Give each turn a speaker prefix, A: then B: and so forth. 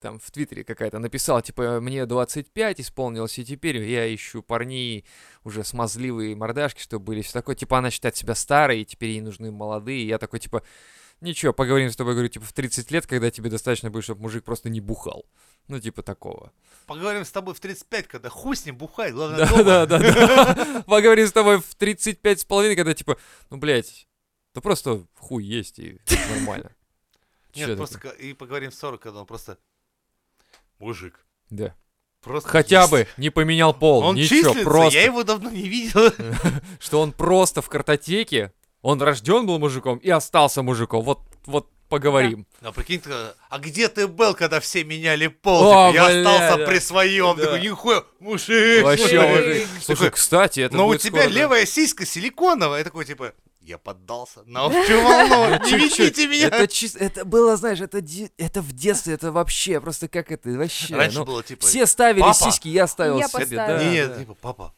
A: там в Твиттере какая-то написала, типа, мне 25 исполнилось, и теперь я ищу парней уже смазливые мордашки, чтобы были все такое. Типа, она считает себя старой, и теперь ей нужны молодые. И я такой, типа, ничего, поговорим с тобой, говорю, типа, в 30 лет, когда тебе достаточно будет, чтобы мужик просто не бухал. Ну, типа такого.
B: Поговорим с тобой в 35, когда хуй с ним бухай, главное дома.
A: Да, да, да, да. Поговорим с тобой в 35 с половиной, когда, типа, ну, блядь, да просто хуй есть и нормально. Чё
B: Нет, просто
A: такое?
B: ка- и поговорим в 40, когда он просто... Мужик.
A: Да.
B: Просто
A: Хотя
B: чист.
A: бы не поменял пол,
B: Он
A: ничего,
B: числится,
A: просто.
B: я его давно не видел.
A: что он просто в картотеке, он рожден был мужиком и остался мужиком. Вот, вот поговорим.
B: А прикинь, ты такой, а где ты был, когда все меняли пол?
A: О,
B: Типа, я
A: бля,
B: остался
A: да.
B: при своем.
A: Да.
B: Такой, нихуя, мужик.
A: Вообще,
B: мужик».
A: мужик. Слушай,
B: Такой,
A: кстати, это
B: Но у
A: будет
B: тебя
A: скоро, да.
B: левая сиська силиконовая. Я такой, типа, я поддался. Научу волну, не
A: Ну, Чуть-чуть.
B: ведите меня.
A: Это чисто, это было, знаешь, это, ди- это в детстве, это вообще, просто как это, вообще.
B: Раньше
A: ну,
B: было, типа,
A: Все ставили
B: «Папа».
A: сиськи, я ставил
C: Я
A: себе,
C: поставила.
A: да.
B: нет,
A: да.
B: типа, папа,